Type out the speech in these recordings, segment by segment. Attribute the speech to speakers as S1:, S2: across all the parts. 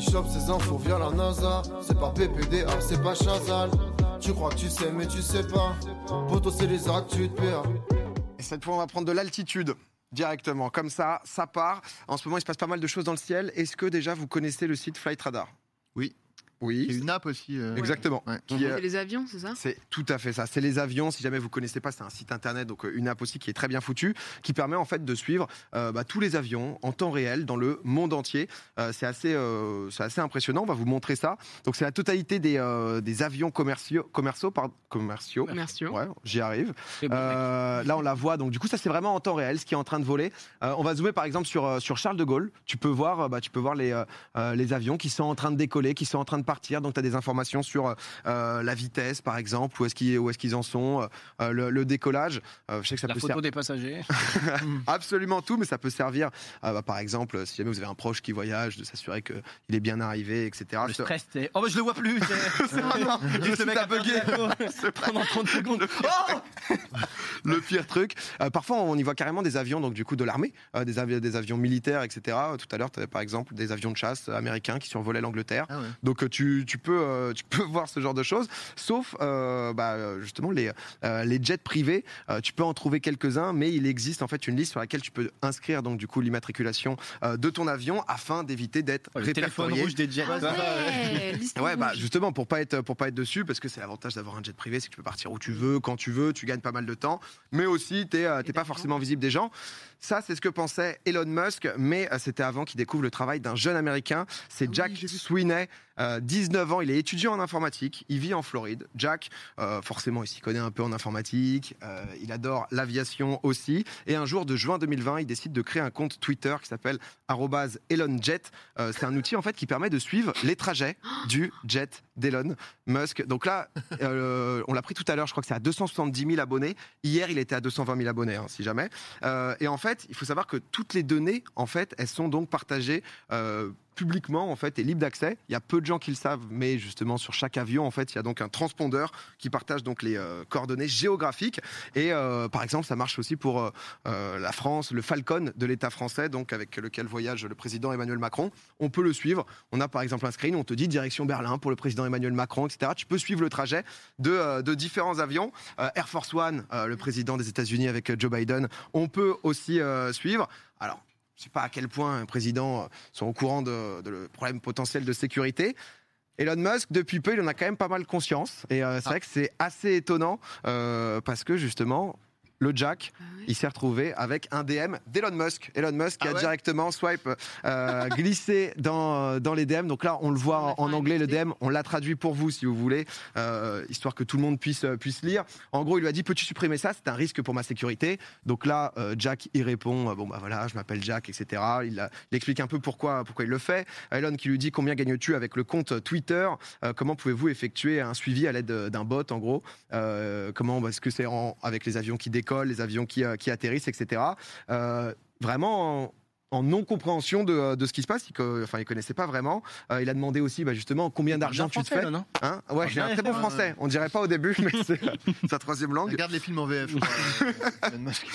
S1: chope ces infos via la NASA. C'est pas PPDA, c'est pas Chazal. Tu crois que tu sais, mais tu sais pas. Poto, c'est les actus de PA.
S2: Et cette fois, on va prendre de l'altitude directement. Comme ça, ça part. En ce moment, il se passe pas mal de choses dans le ciel. Est-ce que déjà vous connaissez le site Flight Radar
S3: Oui.
S2: Oui.
S3: C'est une app aussi. euh,
S2: Exactement.
S3: Ouais.
S2: Qui, euh,
S4: C'est les avions, c'est ça
S2: C'est tout à fait ça. C'est les avions. Si jamais vous connaissez pas, c'est un site internet, donc euh, une app aussi qui est très bien foutue, qui permet en fait de suivre euh, bah, tous les avions en temps réel dans le monde entier. Euh, c'est assez, euh, c'est assez impressionnant. On va vous montrer ça. Donc c'est la totalité des, euh, des avions commerciaux, commerciaux, pardon, commerciaux.
S4: Merci. hein.
S2: Ouais, j'y arrive.
S5: C'est bon, mec.
S2: Euh, là, on la voit. Donc, du coup, ça, c'est vraiment en temps réel, ce qui est en train de voler. Euh, on va zoomer, par exemple, sur, euh, sur Charles de Gaulle. Tu peux voir, euh, bah, tu peux voir les, euh, euh, les avions qui sont en train de décoller, qui sont en train de partir. Donc, tu as des informations sur euh, la vitesse, par exemple, où est-ce qu'ils où est-ce qu'ils en sont, euh, le, le décollage. Euh, je sais que ça
S5: La
S2: peut
S5: photo
S2: servir
S5: des passagers.
S2: absolument tout, mais ça peut servir, euh, bah, par exemple, si jamais vous avez un proche qui voyage, de s'assurer qu'il est bien arrivé, etc.
S5: Le
S2: Ah, Ça-
S5: stress, c'est. Oh, bah, je le vois plus c'est-
S2: Ah non,
S5: Juste
S2: le
S5: le mec
S2: site a
S5: a perdu
S2: bugué.
S5: la peau pendant 30 secondes. Oh
S2: le pire truc. Euh, parfois, on y voit carrément des avions, donc du coup de l'armée, euh, des, avi- des avions militaires, etc. Euh, Tout à l'heure, tu avais par exemple des avions de chasse euh, américains qui survolaient l'Angleterre.
S3: Ah ouais.
S2: Donc euh, tu, tu peux, euh, tu peux voir ce genre de choses, sauf euh, bah, euh, justement les, euh, les jets privés. Euh, tu peux en trouver quelques-uns, mais il existe en fait une liste sur laquelle tu peux inscrire donc du coup l'immatriculation euh, de ton avion afin d'éviter d'être
S5: Le téléphone
S2: répertorié.
S5: rouge des jets. euh,
S4: Ah ouais, liste
S2: bah,
S4: hein,
S2: Ouais, bah
S4: rouge.
S2: justement pour pas être pour pas être dessus parce que c'est l'avantage d'avoir un jet privé, c'est que tu peux partir où tu veux, quand tu veux, tu gagnes pas mal de temps, mais aussi t'es euh, t'es pas
S4: d'argent.
S2: forcément visible des gens. Ça c'est ce que pensait Elon Musk, mais euh, c'était avant qu'il découvre le travail d'un jeune américain, c'est
S4: Ah oui,
S2: Jack
S4: j'ai vu.
S2: Sweeney. euh, 19 ans, il est étudiant en informatique, il vit en Floride. Jack, euh, forcément, il s'y connaît un peu en informatique, euh, il adore l'aviation aussi. Et un jour de juin 2020, il décide de créer un compte Twitter qui s'appelle arobase @elonjet. Euh, c'est un outil en fait qui permet de suivre les trajets du jet d'Elon Musk. Donc là, euh, on l'a pris tout à l'heure, je crois que c'est à 270 000 abonnés. Hier, il était à 220 000 abonnés, hein, si jamais. Euh, et en fait, il faut savoir que toutes les données, en fait, elles sont donc partagées. euh, publiquement en fait et libres d'accès il y a peu de gens qui le savent mais justement sur chaque avion en fait il y a donc un transpondeur qui partage donc les euh, coordonnées géographiques et euh, par exemple ça marche aussi pour euh, euh, la France le Falcon de l'État français donc avec lequel voyage le président Emmanuel Macron on peut le suivre on a par exemple un screen où on te dit direction Berlin pour le président Emmanuel Macron, etc. Tu peux suivre le trajet de, euh, de différents avions. Euh, Air Force One, euh, le président des États-Unis avec euh, Joe Biden, on peut aussi euh, suivre. Alors, je ne sais pas à quel point un président euh, sont au courant de, de le problème potentiel de sécurité. Elon Musk, depuis peu, il en a quand même pas mal conscience. Et
S4: Ah.
S2: euh, c'est vrai que c'est assez étonnant euh, parce que justement, le Jack,
S4: Ah ouais.
S2: il s'est retrouvé avec un DM d'Elon Musk. Elon Musk qui
S3: Ah
S2: a
S3: ouais
S2: directement swipe euh, glissé dans, euh, dans les DM. Donc là, on le voit
S4: On a
S2: en
S4: fait un
S2: anglais, le
S4: glissé.
S2: DM. On l'a traduit pour vous, si vous voulez, euh, histoire que tout le monde puisse, euh, puisse lire. En gros, il lui a dit Peux-tu supprimer ça C'est un risque pour ma sécurité. Donc là, euh, Jack y répond euh, Bon, bah voilà, je m'appelle Jack, etc. Il, a- il explique un peu pourquoi, pourquoi il le fait. Elon qui lui dit Combien gagnes-tu avec le compte Twitter Euh, Comment pouvez-vous effectuer un suivi à l'aide euh, d'un bot, en gros Euh, Comment bah, est-ce que c'est en- avec les avions qui décollent, les avions qui, euh, qui atterrissent, etc. Euh, vraiment. en- en non-compréhension de, euh, de ce qui se passe, il, co- enfin, il connaissait pas vraiment. Euh, il a demandé aussi, bah, justement, combien d'argent tu te fais.
S5: non
S2: Hein ouais, j'ai un très bon
S3: Ouais.
S2: français. On dirait pas au début, mais c'est sa troisième langue.
S3: Regarde les films en VF. je crois, euh, Elon Musk.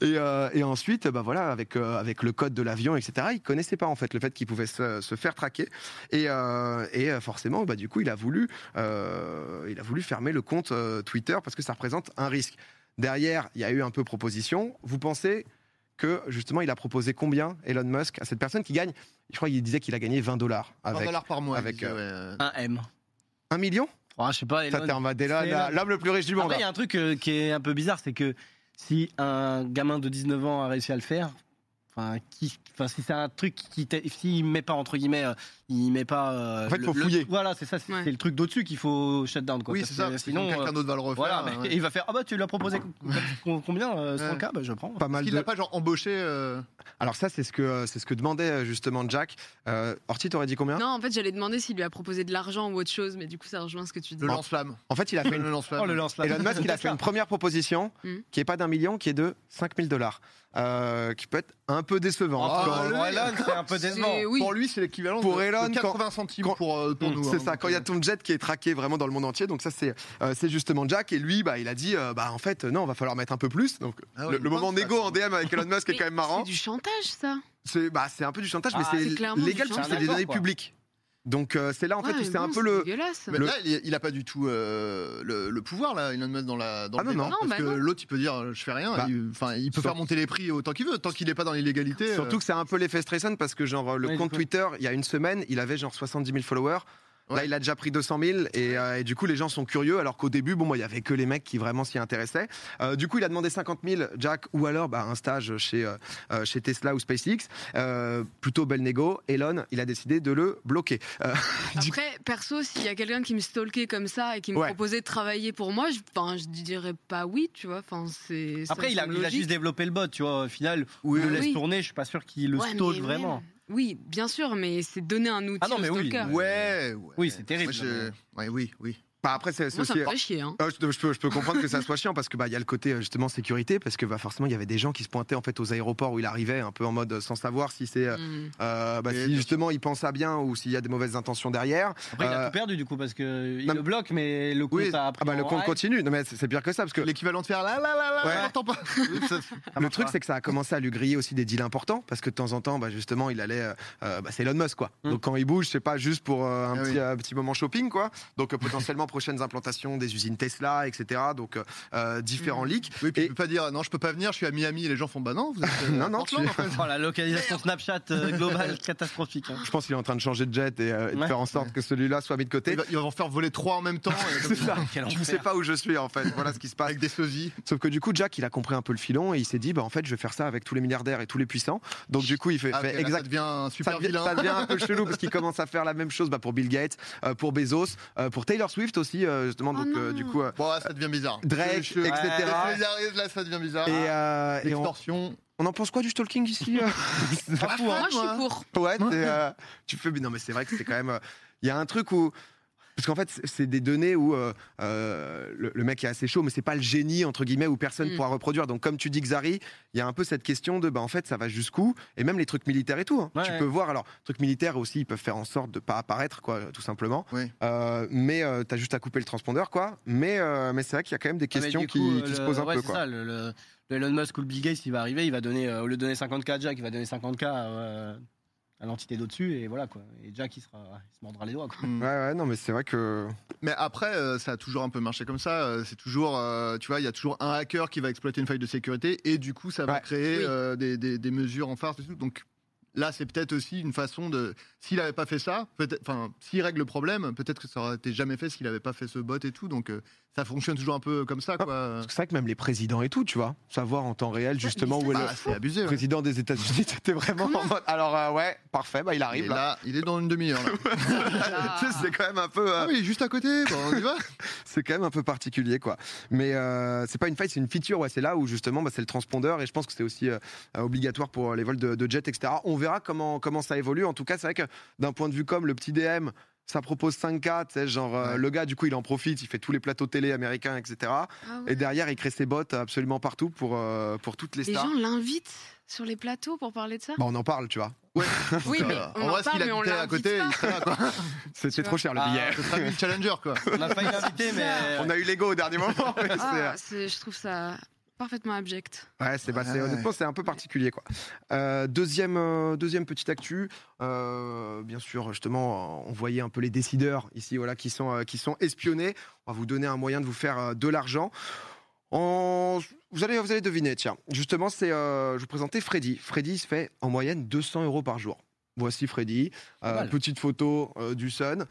S2: Et, euh, et ensuite, bah voilà, avec euh, avec le code de l'avion, etc. Il connaissait pas en fait le fait qu'il pouvait se, se faire traquer. Et, euh, et euh, forcément, bah du coup, il a voulu euh, il a voulu fermer le compte euh, Twitter parce que ça représente un risque. Derrière, il y a eu un peu proposition. Vous pensez que justement, il a proposé combien Elon Musk à cette personne qui gagne Je crois qu'il disait qu'il a gagné 20 dollars
S3: 20
S2: avec
S3: dollars par mois.
S2: avec,
S3: il disait,
S2: euh,
S3: ouais, euh,
S5: Un M.
S2: un million.
S5: Oh, je sais pas,
S2: Ça,
S5: Elon.
S2: t'es en mode, Elon,
S5: Elon.
S2: l'homme le plus riche du monde. hein.
S5: Après, il y a un truc euh, qui est un peu bizarre, c'est que si un gamin de 19 ans a réussi à le faire, enfin, qui, enfin, si c'est un truc qui, t'a- s'il met pas entre guillemets, euh, il met pas. euh,
S2: En fait,
S5: le-
S2: faut
S5: le-
S2: fouiller.
S5: Voilà, c'est ça, c'est
S4: Ouais.
S5: c'est le truc d'au-dessus qu'il faut shut down. Quoi,
S3: oui,
S5: parce
S3: c'est
S5: que
S3: ça. parce que
S5: Sinon,
S3: quelqu'un
S5: euh,
S3: d'autre va le
S5: voilà,
S3: refaire.
S5: mais
S3: ouais.
S5: il va faire. Ah bah tu l'as proposé co- co- combien euh, 100K, bah, je prends.
S2: Pas
S3: Est-ce
S2: mal
S3: qu'il
S2: de,
S3: l'a pas genre embauché euh,
S2: Alors ça, c'est ce que euh, c'est ce que demandait euh, justement Jack. Euh, Orti, t'aurais dit combien
S4: Non, en fait, j'allais demander s'il lui a proposé de l'argent ou autre chose, mais du coup, ça rejoint ce que tu dis.
S3: le lance-flamme
S2: En fait, il a fait une...
S3: Le
S5: Oh
S3: lance-flamme.
S5: le lance là.
S2: Elon Musk, il a fait une première proposition
S4: Mm.
S2: qui est pas d'un million, qui est de 5000 dollars, Euh, qui peut être un peu décevant.
S5: Oh,
S2: Quand-
S3: le-
S5: pour Elon, c'est un peu
S4: Ah, C'est-
S5: décevant.
S4: oui.
S3: Ah, Pour lui, c'est l'équivalent
S2: Pour
S3: de-
S2: Elon,
S3: de 80 centimes
S2: quand- Mm,
S3: pour, euh, pour nous.
S2: C'est
S3: hein,
S2: ça,
S3: donc,
S2: quand il y
S3: euh,
S2: a ton jet qui est traqué vraiment dans le monde entier, donc ça c'est euh, c'est justement Jack, et lui bah, il a dit euh, bah, en fait non, on va falloir mettre un peu plus, donc
S3: Ah ouais,
S2: le, le
S3: il pense
S2: moment
S3: pas,
S2: négo
S3: ça.
S2: en DM avec Elon Musk est
S4: Mais
S2: quand même marrant,
S4: C'est du chantage, ça.
S2: c'est bah, c'est un peu du chantage,
S5: Ah,
S2: mais c'est
S4: c'est clairement du
S2: légal parce que
S5: chantage.
S2: c'est des données
S5: D'accord, quoi.
S2: publiques. Donc euh, c'est là en fait où c'est un peu le.
S4: dégueulasse.
S3: Mais
S2: hein, Le-
S3: là, il, il a pas du tout euh, le, le pouvoir, là, Elon Musk, dans, la, dans
S2: Ah
S3: le
S2: non,
S3: débat,
S2: non.
S4: Non,
S3: Parce
S4: bah
S3: que
S4: non.
S3: l'autre, il peut dire, euh, je fais rien.
S2: Bah,
S3: il- Enfin, il, peut
S2: sur-
S3: faire monter les prix autant qu'il veut. Tant qu'il n'est pas dans l'illégalité. euh.
S2: Surtout que c'est un peu l'effet stressant parce que genre le
S5: Euh. Ouais,
S2: compte
S5: du coup.
S2: Twitter, il y a une semaine, il avait genre 70 000 followers. Là,
S3: Ouais.
S2: il a déjà pris 200 000 et, euh, et du coup, les gens sont curieux. Alors qu'au début, bon, moi, il y avait que les mecs qui vraiment s'y intéressaient. Euh, du coup, il a demandé 50 000 Jack ou alors bah, un stage chez, euh, euh, chez Tesla ou SpaceX. Euh, plutôt belle négo. Elon, il a décidé de le bloquer. Euh, du-
S4: Après, perso, s'il y a quelqu'un qui me stalkait comme ça et qui me
S2: Ouais.
S4: proposait de travailler pour moi, je, enfin, je dirais pas oui, tu vois. Enfin, c'est. ça
S5: Après, il a,
S4: me
S5: il a
S4: logique. Bah
S5: juste développé le bot, tu vois. Au final, où il le
S4: oui.
S5: laisse tourner, je suis pas sûr qu'il le
S4: Ouais, mais
S5: stalk
S4: même-
S5: vraiment.
S4: Oui, bien sûr, mais c'est donner un outil
S5: Ah non, mais
S4: au
S5: oui.
S4: stalker.
S5: Ouais.
S3: Ouais, ouais.
S5: Oui, c'est terrible.
S3: Moi, je- ouais, oui, oui.
S2: bah, après, c'est c'est
S4: Moi, ça
S2: aussi.
S4: me ferait chier. Hein.
S2: Euh, je, je peux, je peux comprendre que ça soit chiant parce que bah il y a le côté euh, justement sécurité parce que bah forcément il y avait des gens qui se pointaient en fait aux aéroports où il arrivait un peu en mode euh, sans savoir si c'est euh,
S4: Hmm.
S2: euh, bah,
S3: Et
S2: si
S3: bien sûr.
S2: justement il pense à bien ou s'il y a des mauvaises intentions derrière.
S5: Après, il
S2: Euh,
S5: a tout perdu du coup parce que il
S2: non,
S5: le bloque, mais le compte
S2: Oui,
S5: a
S2: ah
S5: appris
S2: bah le
S5: en
S2: compte
S5: règle.
S2: continue. Non mais c'est c'est pire que ça parce que
S3: L'équivalent de faire là, là, là, là,
S2: Ouais.
S3: là, attends pas. Ça- ça
S2: le
S3: marche
S2: truc
S3: pas.
S2: c'est que ça a commencé à lui griller aussi des deals importants parce que de temps en temps bah justement il allait euh, euh, bah, c'est Elon Musk quoi.
S5: Hmm.
S2: Donc quand il bouge c'est pas juste pour euh, un
S3: Ah
S2: petit
S3: oui.
S2: euh, petit moment shopping quoi. Donc euh, potentiellement prochaines implantations des usines Tesla etc. Donc euh, euh, différents
S4: Hmm.
S2: leaks.
S3: Oui, puis
S2: Et-
S3: il peut pas dire non, je peux pas venir, je suis à Miami. Les gens font bah non, vous êtes. euh,
S2: Non, non,
S3: à Portland,
S2: tu-
S3: en fait.
S5: Oh, la localisation Snapchat euh, globale catastrophique. hein.
S2: Je pense qu'il est en train de changer de jet et, euh, et de
S5: Ouais.
S2: faire en sorte que celui-là soit mis de côté.
S3: Il va, il va en faire voler trois en même temps. et comme
S2: C'est ça.
S3: ça,
S5: Quel
S2: Je ne sais
S5: enfer.
S2: pas où je suis en fait. Voilà ce qui se passe.
S3: Avec des sosies.
S2: Sauf que du coup, Jack, il a compris un peu le filon et il s'est dit, bah en fait, je vais faire ça avec tous les milliardaires et tous les puissants. Donc du coup, il fait,
S3: Ah,
S2: fait
S3: ok, là,
S2: exact.
S3: Ça devient un super
S2: Ça devient,
S3: vilain.
S2: ça devient un peu chelou parce qu'il commence à faire la même chose bah, pour Bill Gates, euh, pour Bezos, euh, pour Taylor Swift aussi euh, justement.
S4: Oh
S2: Donc euh,
S4: non.
S2: du coup, euh,
S3: Bon, là, ça devient bizarre.
S2: Drake,
S3: Je- je-
S2: etc.
S3: je solidarise, là, ça devient bizarre.
S2: et, euh, et on,
S3: L'extorsion.
S2: on en pense quoi du stalking ici euh
S5: Pas fou, hein.
S4: Moi, je suis pour.
S2: Ouais, t'es, euh, tu fais. mais Non, mais c'est vrai que c'est quand même. euh, Il y a un truc où. Parce qu'en fait, c'est- c'est des données où euh, euh, le, le mec est assez chaud, mais c'est pas le génie, entre guillemets, où personne
S4: Mm.
S2: pourra reproduire. Donc, comme tu dis, Xari, il y a un peu cette question de, bah, en fait, ça va jusqu'où Et même les trucs militaires et tout. hein.
S5: Ouais,
S2: tu
S5: ouais.
S2: peux voir, alors, trucs militaires aussi, ils peuvent faire en sorte de pas apparaître, quoi, tout simplement.
S3: Oui.
S2: Euh, mais euh, t'as juste à couper le transpondeur, quoi. Mais, euh, mais c'est vrai qu'il y a quand même des
S5: Ah, mais
S2: questions
S5: du
S2: qui,
S5: coup,
S2: qui
S5: le-
S2: se posent un
S5: ouais,
S2: peu,
S5: c'est
S2: quoi.
S5: ça, le, le- le Elon Musk ou le Bill Gates, il va arriver, il va donner, euh, au lieu de donner 50K à Jack, il va donner 50K euh, à l'entité d'au-dessus, et voilà quoi. Et Jack, il, sera, il se mordra les doigts quoi.
S2: Ouais, ouais, non, mais c'est vrai que.
S3: Mais après, euh, ça a toujours un peu marché comme ça. euh, C'est toujours, euh, tu vois, il y a toujours un hacker qui va exploiter une faille de sécurité et du coup, ça va
S2: Ouais.
S3: créer
S4: Oui.
S3: euh, des, des- des mesures en farce et tout. Donc là, c'est peut-être aussi une façon de. S'il n'avait pas fait ça, peut-être. Enfin, s'il règle le problème, peut-être que ça aurait été jamais fait s'il n'avait pas fait ce bot et tout. Donc euh, ça fonctionne toujours un peu comme ça,
S2: Ah,
S3: quoi.
S2: Parce que c'est vrai que même les présidents et tout, tu vois, savoir en temps réel, justement, où est le.
S3: Bah, c'est abusé.
S2: Le
S3: ouais.
S2: président des États-Unis, t'étais vraiment en mode. Alors, euh, ouais, parfait, bah, il
S3: Il est
S2: arrive là.
S3: là, il est dans une demi-heure. là.
S4: Ah.
S2: Tu sais, c'est quand même un peu,
S3: Ah
S2: euh,
S3: oui, il est juste à côté. Bon, on y va.
S2: c'est quand même un peu particulier, quoi. Mais euh, c'est pas une faille, c'est une feature. Ouais, c'est là où justement, bah, c'est le transpondeur, et je pense que c'est aussi euh, euh, obligatoire pour les vols de, de jet, etc. On verra comment comment ça évolue. En tout cas, c'est vrai que d'un point de vue comme le petit DM. Ça propose 5K, tu sais, genre euh,
S3: Ouais.
S2: le gars, du coup, il en profite, il fait tous les plateaux télé américains, etc.
S4: Ah ouais.
S2: Et derrière, il crée ses bots absolument partout pour, euh, pour toutes les
S4: Les
S2: stars.
S4: gens l'invitent sur les plateaux pour parler de ça.
S2: Bah, on en parle, tu vois.
S4: Oui, mais
S3: Euh,
S4: on
S3: en
S4: en
S3: vrai,
S4: parle,
S3: s'il
S4: mais on
S3: habitait à
S4: l'invite
S3: côté,
S4: pas.
S3: il serait là, quoi.
S2: C'était trop cher le
S5: Ah,
S2: billet.
S3: Ce serait lui le challenger, quoi.
S5: On a failli l'inviter, mais.
S2: On a eu l'ego au dernier moment. mais c'est, euh,
S4: Ah, c'est- je trouve ça parfaitement abject.
S2: Ouais, c'est bah, c'est-
S3: Ouais.
S2: honnêtement, c'est un peu particulier. Quoi. Euh, deuxième, euh, deuxième petite actu, euh, bien sûr, justement, euh, on voyait un peu les décideurs ici voilà, qui, sont, euh, qui sont espionnés. On va vous donner un moyen de vous faire euh, de l'argent. En- Vous, allez, vous allez deviner, tiens. Justement, c'est, euh, je vous présentais Freddy. Freddy se fait en moyenne 200 euros par jour. Voici Freddy, Euh,
S5: mal.
S2: petite photo euh, du Sun.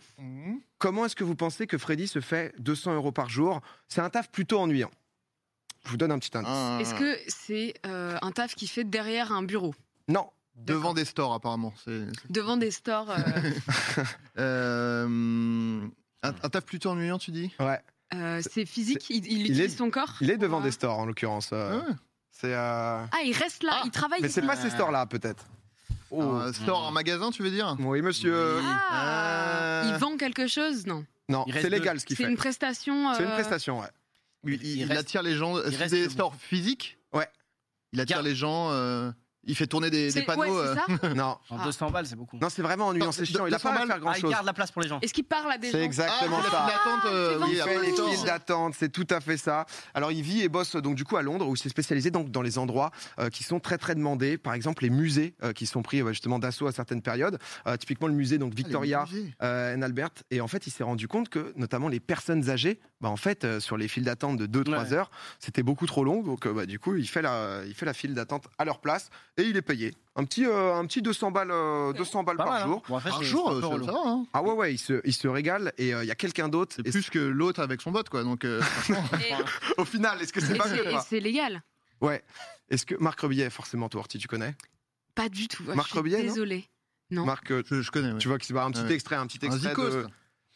S2: Comment est-ce que vous pensez que Freddy se fait 200 euros par jour C'est un taf plutôt ennuyant. Je vous donne un petit indice.
S3: Un-
S4: Est-ce que c'est euh, un taf qui fait derrière un bureau,
S2: Non,
S3: Devant des stores, apparemment. C'est- c'est-
S4: devant des stores euh,
S3: Euh, un, un taf plutôt ennuyant, tu dis
S4: euh, C'est physique il, il
S2: il
S4: utilise
S2: est-
S4: son corps
S2: Il est devant
S4: Ouais.
S2: des stores en l'occurrence. euh,
S3: Ah Ouais.
S2: C'est. euh,
S4: Ah, il reste là,
S3: Ah,
S4: il travaille.
S2: Mais c'est pas ces
S5: Euh.
S2: stores-là peut-être. Oh.
S3: Un store, un magasin, tu veux dire
S2: Oui monsieur.
S3: Oui.
S4: Ah,
S3: Euh.
S4: Il vend quelque chose Non.
S2: Non,
S5: Il reste
S2: c'est légal ce qu'il
S4: C'est
S2: fait.
S4: une prestation.
S2: C'est une
S4: euh,
S2: prestation. Ouais.
S3: il,
S5: il
S3: il
S5: reste-
S3: attire les gens.
S5: il
S3: C'est
S5: reste
S3: des
S5: debout.
S3: stores physiques
S2: Ouais.
S3: Il attire
S5: Gar-
S3: les gens. euh, Il fait tourner des, des
S4: C'est-
S3: panneaux.
S4: ouais, c'est
S3: euh,
S4: ça
S2: Non,
S5: Genre
S4: Ah.
S5: 200 balles, c'est beaucoup.
S2: non c'est vraiment ennuyant, c'est chiant. Il a pas
S3: 200
S2: à faire
S3: balles,
S2: grand
S5: Ah, il
S2: chose.
S5: garde la place pour les gens.
S4: Est-ce qu'il parle à des
S2: C'est
S4: gens
S2: exactement
S3: ah, la
S2: ça.
S3: file d'attente, euh, oui,
S4: Ah, c'est
S2: Il
S4: bon,
S3: à
S4: c'est
S2: fait
S3: plein de
S2: les
S4: bon.
S3: temps.
S2: files d'attente, c'est tout à fait ça. Alors il vit et bosse euh, donc du coup à Londres où il s'est spécialisé donc dans les endroits euh, qui sont très très demandés. Par exemple les musées euh, qui sont pris euh, justement d'assaut à certaines périodes. Euh, typiquement le musée donc
S3: Ah,
S2: Victoria euh, and Albert. Et en fait il s'est rendu compte que notamment les personnes âgées, bah, en fait euh, sur les files d'attente de 2-3
S5: Ouais.
S2: heures, c'était beaucoup trop long. Donc euh, bah, du coup il fait la il fait la file d'attente à leur place et il est payé un petit euh, un petit 200 balles euh, 200 balles
S5: Pas
S2: par
S5: mal, hein.
S2: jour.
S5: Bon, après,
S3: Par
S5: c'est-
S3: jour,
S5: c'est un peu
S3: euh, ça
S5: relou.
S3: va, hein.
S2: Ah ouais ouais il se il se régale et euh, il y a quelqu'un d'autre.
S3: C'est
S2: Et
S3: plus que l'autre avec son bot, quoi. Donc, euh,
S4: Et-
S2: Au final est-ce que c'est
S4: et
S2: pas
S4: c'est-
S2: mieux
S4: et
S2: quoi
S4: c'est légal
S2: Ouais. Est-ce que Marc Rebillet, forcément, toi, Orti, tu connais
S4: Pas du tout. Ah,
S2: Marc Rebillet, non
S4: Désolé. Non.
S2: Marc, euh,
S3: je, je connais. ouais.
S2: tu vois que c'est bah, un petit
S3: Ouais.
S2: extrait, un petit
S3: Un
S2: extrait.
S3: zikos,
S2: de-
S3: ça.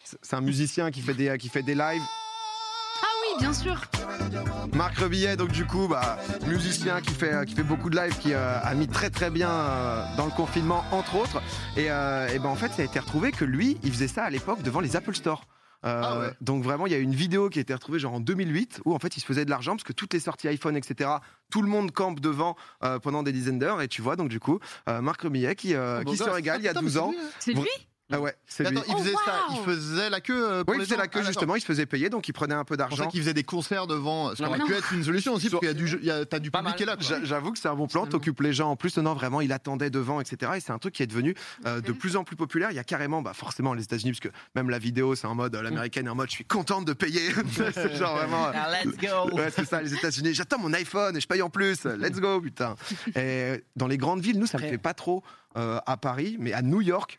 S2: C'est c'est un musicien qui fait des, euh, qui fait des lives.
S4: Ah oui, bien sûr.
S2: Marc Rebillet, donc du coup, bah, musicien qui fait, euh, qui fait beaucoup de lives, qui euh, a mis très très bien euh, dans le confinement, entre autres. Et, euh, et ben en fait, ça a été retrouvé que lui, il faisait ça à l'époque devant les Apple Store. Euh,
S3: Ah ouais.
S2: Donc vraiment, il y a une vidéo qui a été retrouvée genre en 2008 où en fait il se faisait de l'argent parce que toutes les sorties iPhone, etc. Tout le monde campe devant euh, pendant des dizaines d'heures et tu vois donc du coup euh, Marc Rebillet qui, euh,
S3: Oh, beau
S2: qui se
S3: gosse.
S2: régale il y a
S3: Ah, putain,
S2: 12 ans.
S3: mais c'est lui, hein.
S4: C'est
S2: Vra-
S4: lui
S2: Ah ouais, c'est lui.
S3: Attends, il
S4: Oh,
S3: faisait ça,
S4: waouh.
S3: il faisait la queue. euh, pour
S2: Oui, il
S3: les
S2: faisait
S3: gens.
S2: la queue
S3: Ah, d'accord.
S2: justement, il se faisait payer donc il prenait un peu
S3: C'est pour ça
S2: d'argent.
S3: qu'il faisait des concerts devant. Ce qui
S5: Non,
S3: aurait
S4: mais
S3: pu
S4: non.
S3: être une solution aussi, parce qu'il y a du, jeu- il y a- t'as du
S5: Pas
S3: public qui est là. quoi.
S2: J'a- J'avoue que c'est un bon plan, t'occupes les gens en plus. Non, non, vraiment, il attendait devant, etc. Et c'est un truc qui est devenu euh, de
S4: Ok.
S2: plus en plus populaire. Il y a carrément, bah, forcément, les États-Unis, parce que même la vidéo, c'est en mode, euh, l'américaine est en mode, je suis contente de payer. c'est genre vraiment. euh,
S5: Alors, Ah, let's go.
S2: Ouais, c'est ça, les États-Unis. J'attends mon iPhone et je paye en plus. Let's go, putain. Et dans les grandes villes, nous, ça ne
S5: Après-
S2: fait pas trop euh, à Paris, mais à New York.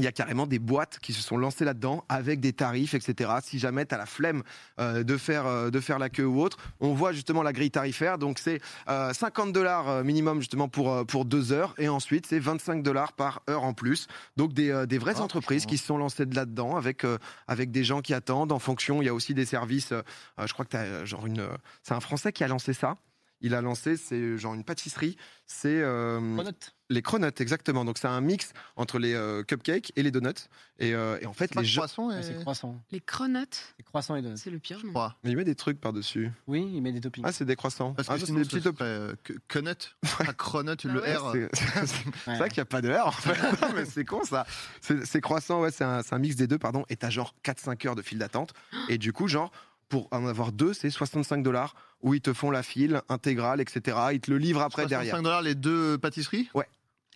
S2: Il y a carrément des boîtes qui se sont lancées là-dedans avec des tarifs, etc. Si jamais tu as la flemme euh, de, faire, euh, de faire la queue ou autre, on voit justement la grille tarifaire. Donc c'est euh, 50 dollars minimum justement pour, euh, pour deux heures et ensuite c'est 25 dollars par heure en plus. Donc des, euh, des vraies
S5: Ah,
S2: entreprises
S5: franchement.
S2: qui se sont lancées de là-dedans avec, euh, avec des gens qui attendent. En fonction, il y a aussi des services euh, je crois que t'as euh, genre une. euh, C'est un Français qui a lancé ça. Il a lancé, c'est euh, genre une pâtisserie, c'est euh,
S5: Pronote.
S2: les cronuts, exactement. Donc c'est un mix entre les euh, cupcakes et les donuts. Et, euh, et en fait,
S3: Pas
S2: les
S3: de
S2: gens.
S3: croissant
S5: Ouais,
S3: et-
S5: Ah, C'est croissant.
S4: Les cronuts,
S5: C'est croissant et donuts.
S4: c'est le pire. je m'en-
S3: Croix.
S2: Mais il met des trucs par-dessus.
S5: Oui, il met des toppings.
S2: Ah, c'est des croissants.
S3: Parce que
S2: Ah, ça, c'est
S3: sinon,
S2: des
S3: ce
S2: petits
S3: serait,
S2: tops.
S3: euh, que- Conut, pas Cronut,
S4: Ah
S3: le
S4: ouais,
S3: R. euh,
S2: C'est c'est
S5: Ouais.
S2: vrai qu'il n'y a pas de R en fait. Non, mais c'est con ça. C'est c'est croissant, ouais, c'est un, c'est un mix des deux, pardon. Et t'as genre 4-5 heures de file d'attente. Et du coup, genre, pour en avoir deux, c'est 65 dollars où ils te font la file intégrale, etc. Ils te le livrent après derrière.
S3: 5 dollars les deux pâtisseries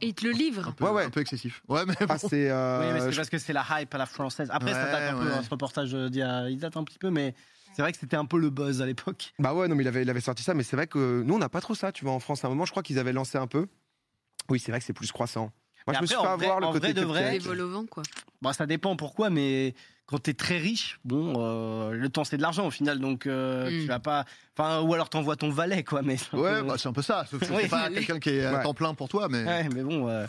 S4: Et il te le livre.
S3: un peu,
S2: Ouais, ouais.
S3: un peu excessif. Ouais, mais
S2: Ah,
S3: bon.
S2: c'est. euh,
S5: Oui, mais c'est
S2: je-
S5: parce que c'est la hype à la française. Après, ça
S3: Ouais,
S5: date un peu,
S3: ouais.
S5: hein, ce reportage, euh, d'il y a- il date un petit peu, mais c'est vrai que c'était un peu le buzz à l'époque.
S2: Bah ouais, non, mais il avait, il avait sorti ça, mais c'est vrai que nous, on n'a pas trop ça, tu vois, en France. À un moment, je crois qu'ils avaient lancé un peu. Oui, c'est vrai que c'est plus croissant. Moi, je
S5: Mais
S2: me
S5: après,
S2: suis fait
S5: en vrai-
S2: avoir le
S5: en
S2: côté
S5: vrai de vrai,
S4: Les
S2: cupcake.
S4: vols au vent, quoi.
S5: Bon, Bah, ça dépend pourquoi, mais quand t'es très riche, bon, euh, le temps c'est de l'argent au final, donc euh,
S4: Mm.
S5: tu vas pas. Enfin, ou alors t'envoies ton valet, quoi. Mais c'est un
S3: Ouais,
S5: peu-
S3: bah, c'est un peu ça. Sauf que
S5: Oui.
S3: c'est pas quelqu'un qui est à
S2: Ouais.
S3: temps plein pour toi, mais.
S5: Ouais, mais bon. euh,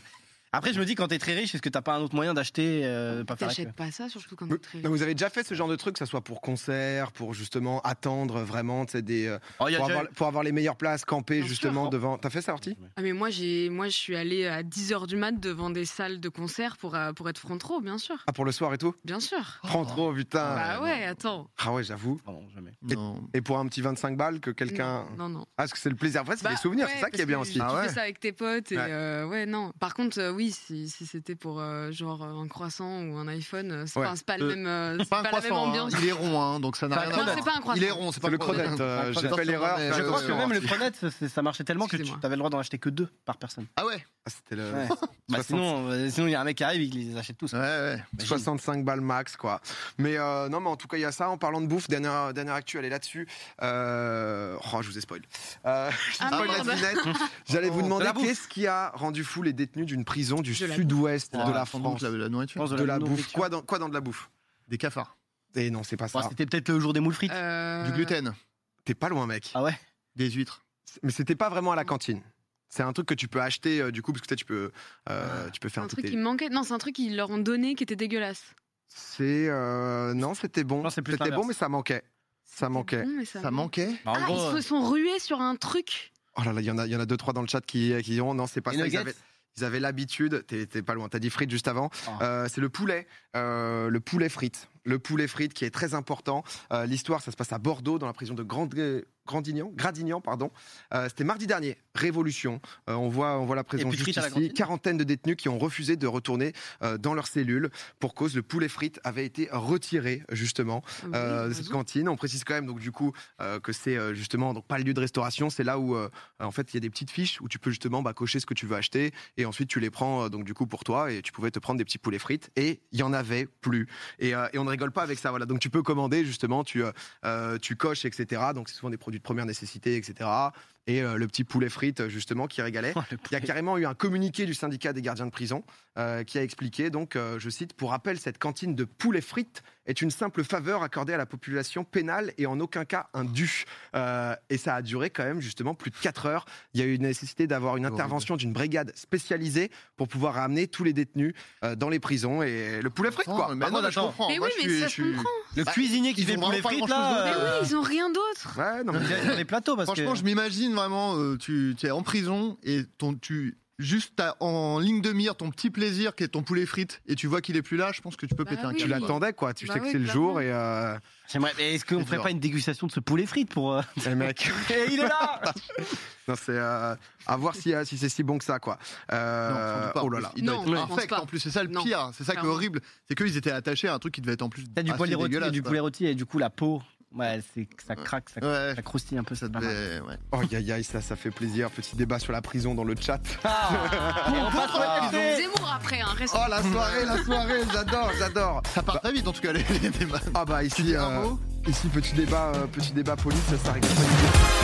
S5: Après, je me dis, quand t'es très riche, est-ce que t'as pas un autre moyen d'acheter euh, pas faire la queue
S4: T'achètes pas ça, surtout quand
S2: Oui.
S4: t'es très.
S2: Non, vous avez déjà fait ce genre de truc, que ça soit pour concert, pour justement attendre vraiment, tu sais, des, euh,
S5: Oh, il y a
S2: pour,
S5: déjà-
S2: avoir, pour avoir les meilleures places, camper
S4: Bien sûr.
S2: justement devant. T'as fait ça, Orti
S4: Ah mais moi j'ai moi je suis allée à 10h du mat devant des salles de concert pour, euh, pour être front row bien sûr.
S2: Ah, pour le soir et tout
S4: Bien sûr.
S2: Prends trop, putain.
S4: Ah, bah Oh. ouais, attends.
S2: Ah ouais, j'avoue.
S5: Pardon, jamais.
S3: Non.
S2: Et pour un petit 25 balles que quelqu'un.
S4: Non non.
S2: Ah, parce que c'est le plaisir. En fait, c'est
S4: Mm. Bah,
S2: des souvenirs,
S4: ouais,
S2: c'est ça qui
S4: parce
S2: est bien
S4: que
S2: aussi. Ah
S4: Tu fais ça avec tes potes et
S2: Ouais.
S4: euh, ouais non. Par contre euh, oui si, si c'était pour euh, genre euh, un croissant ou un iPhone euh, c'est
S2: Ouais.
S4: pas, c'est pas le
S3: Euh,
S4: même euh, c'est
S3: Pas un
S4: pas la même
S3: croissant, hein.
S4: ambiance.
S3: il est rond, hein, donc ça n'a
S5: C'est
S3: rien
S5: un
S3: à voir.
S4: Non, c'est pas un croissant.
S3: Il est rond, c'est pas
S2: Bah, C'est le
S3: un croissant.
S2: cronut. euh,
S5: Ouais,
S2: J'ai
S3: ça,
S2: fait
S3: ça
S2: l'erreur.
S3: me-
S2: faire
S5: Je
S3: Euh,
S2: le
S5: pense que
S3: ouais,
S5: même
S2: croissant.
S5: le
S3: Orti.
S5: pronet, ça, c'est- ça marchait tellement que tu
S4: Excusez-moi.
S5: avais le droit d'en acheter que deux par personne.
S3: Ah ouais
S2: Ah, C'était le.
S5: Ouais. Bah,
S2: 60.
S5: sinon, euh, sinon, il y a un mec qui arrive, il les achète tous.
S3: Ouais, ouais.
S5: Imagine.
S2: 65 balles max, quoi. Mais euh, non, mais en tout cas, il y a ça. En parlant de bouffe, dernière, dernière actu, elle est là-dessus. Euh... Oh, je vous ai spoil. Euh, je vous
S4: Ah,
S2: spoil la
S4: merde.
S2: devinette. J'allais vous
S5: Oh,
S2: demander
S5: de la bouffe.
S2: qu'est-ce qui a rendu fou les détenus d'une prison du
S4: De la
S2: sud-ouest de
S5: Ah,
S2: la
S3: Sans doute
S2: France. Oh.
S3: la, la
S5: Je
S3: nourriture.
S5: pense
S2: De la bouffe.
S5: nourriture.
S2: Quoi dans, quoi dans de la bouffe
S3: Des cafards.
S2: Et non, c'est pas
S5: Bah,
S2: ça.
S5: C'était peut-être le jour des moules frites.
S4: Euh,
S3: Du gluten.
S2: T'es pas loin, mec.
S5: Ah ouais
S3: Des huîtres.
S2: Mais c'était pas vraiment à la cantine. C'est un truc que tu peux acheter, euh, du coup, parce que tu sais, tu peux, euh, tu peux
S4: c'est
S2: faire
S4: un
S2: un
S4: truc
S2: truc.
S4: qui me manquait. Non, c'est un truc qu'ils leur ont donné qui était dégueulasse.
S2: C'est. euh, Non, c'était bon.
S5: Non, c'est plus
S2: C'était bon,
S5: l'inverse.
S2: mais ça manquait. Ça manquait.
S4: Bon, mais ça
S3: Ça
S4: manque.
S3: manquait
S5: Bah, en
S4: Ah,
S5: gros,
S3: euh,
S4: ils se sont rués sur un truc.
S2: Oh là là, il y, en a- il y en a deux, trois dans le chat qui, euh, qui diront non, c'est pas
S5: les
S2: ça. Ils
S5: nuggets,
S2: avaient, ils avaient l'habitude, t'es t'es pas loin, t'as dit frites juste avant.
S5: Ah.
S2: Euh, c'est le poulet, euh, le poulet frites. Le poulet frites qui est très important. Euh, L'histoire, ça se passe à Bordeaux, dans la prison de Grand- Grandignan, Gradignan. pardon. Euh, C'était mardi dernier. révolution. Euh, on, voit, on voit la présence
S5: puis frites
S2: juste
S5: à la
S2: ici.
S5: cantine.
S2: Quarantaine de détenus qui ont refusé de retourner euh, dans leur cellule pour cause le poulet frites avait été retiré justement
S4: Ah bah oui,
S2: euh, de
S4: raison.
S2: cette cantine. On précise quand même donc du coup euh, que c'est euh, justement donc pas le lieu de restauration, c'est là où euh, en fait il y a des petites fiches où tu peux justement bah, cocher ce que tu veux acheter et ensuite tu les prends euh, donc du coup pour toi et tu pouvais te prendre des petits poulets frites et il y en avait plus et, euh, et on ne rigole pas avec ça voilà donc tu peux commander justement tu euh, euh, tu coches etc donc c'est souvent des produits de première nécessité etc et euh, le petit poulet frites euh, justement qui régalait
S5: le
S2: il y a carrément eu un communiqué du syndicat des gardiens de prison euh, qui a expliqué, donc, euh, je cite, pour rappel, cette cantine de poulet frites est une simple faveur accordée à la population pénale et en aucun cas un dû. Euh, et ça a duré quand même justement plus de 4 heures. Il y a eu une nécessité d'avoir une
S3: Horrible.
S2: intervention d'une brigade spécialisée pour pouvoir ramener tous les détenus euh, dans les prisons et le poulet frite, quoi.
S3: Oh,
S2: Ah
S3: Mais
S5: Par
S3: non,
S5: contre,
S3: mais je
S5: attends.
S3: comprends.
S4: Mais
S3: Moi,
S4: oui,
S3: je
S4: mais
S3: suis-
S4: ça
S3: je
S4: se
S3: suis- Ah.
S4: comprend.
S5: Le
S3: Bah,
S5: cuisinier qui
S3: ils
S5: fait
S3: ont
S5: le poulet
S3: vraiment pas grand-chose hein.
S5: frites, là.
S4: Mais
S5: euh,
S4: oui, ils ont rien d'autre.
S2: Ouais, non, mais-
S5: on dirait qu'ils ont des plateaux parce
S3: Franchement,
S5: que.
S3: je m'imagine vraiment, euh, tu, tu es en prison et ton, tu juste t'as en ligne de mire ton petit plaisir qui est ton poulet frite et tu vois qu'il est plus là, je pense que tu peux
S4: Bah
S3: péter un
S4: oui.
S2: Tu
S3: câble. quoi.
S2: l'attendais, quoi. Tu
S4: Bah
S2: sais que
S4: oui,
S2: c'est le jour et. euh,
S5: J'aimerais- mais Est-ce
S3: C'est
S5: qu'on ferait
S3: dur.
S5: pas une dégustation de ce poulet frites pour. euh,
S2: eh, mec.
S5: Et il est là
S2: Non, c'est euh, à voir si, euh, si c'est si bon que ça, quoi. Euh,
S3: Non, surtout pas.
S2: oh là là.
S3: Il doit
S4: Non,
S3: être
S4: je pense
S3: infect,
S4: pas.
S3: en plus, c'est ça le
S4: Non,
S3: pire, c'est ça qui est
S4: clairement.
S3: horrible, c'est qu'ils étaient attachés à un truc qui devait être en plus
S5: T'as du
S3: assez
S5: poulet rôti,
S3: Ah, dégueulasse,
S5: du
S3: quoi.
S5: poulet rôti et du coup la peau, ouais, c'est ça craque, ça,
S3: Ouais,
S5: ça croustille un peu,
S3: ça
S5: c'est pas mal.
S3: devait... ouais.
S2: Oh, aïe, aïe, aïe, ça, ça fait plaisir. Petit débat sur la prison dans le chat.
S5: Ah,
S4: Bon,
S5: et on passe au
S3: ah,
S5: café.
S4: Zemmour après, hein, reste.
S2: Oh, la soirée, la soirée, j'adore, j'adore.
S3: Ça part très vite en tout cas les, les débats.
S2: Ah bah,
S3: Tu
S2: ici,
S3: dis un
S2: euh,
S3: mot
S2: ici petit débat, euh, petit débat police, ça, ça rigole pas du tout.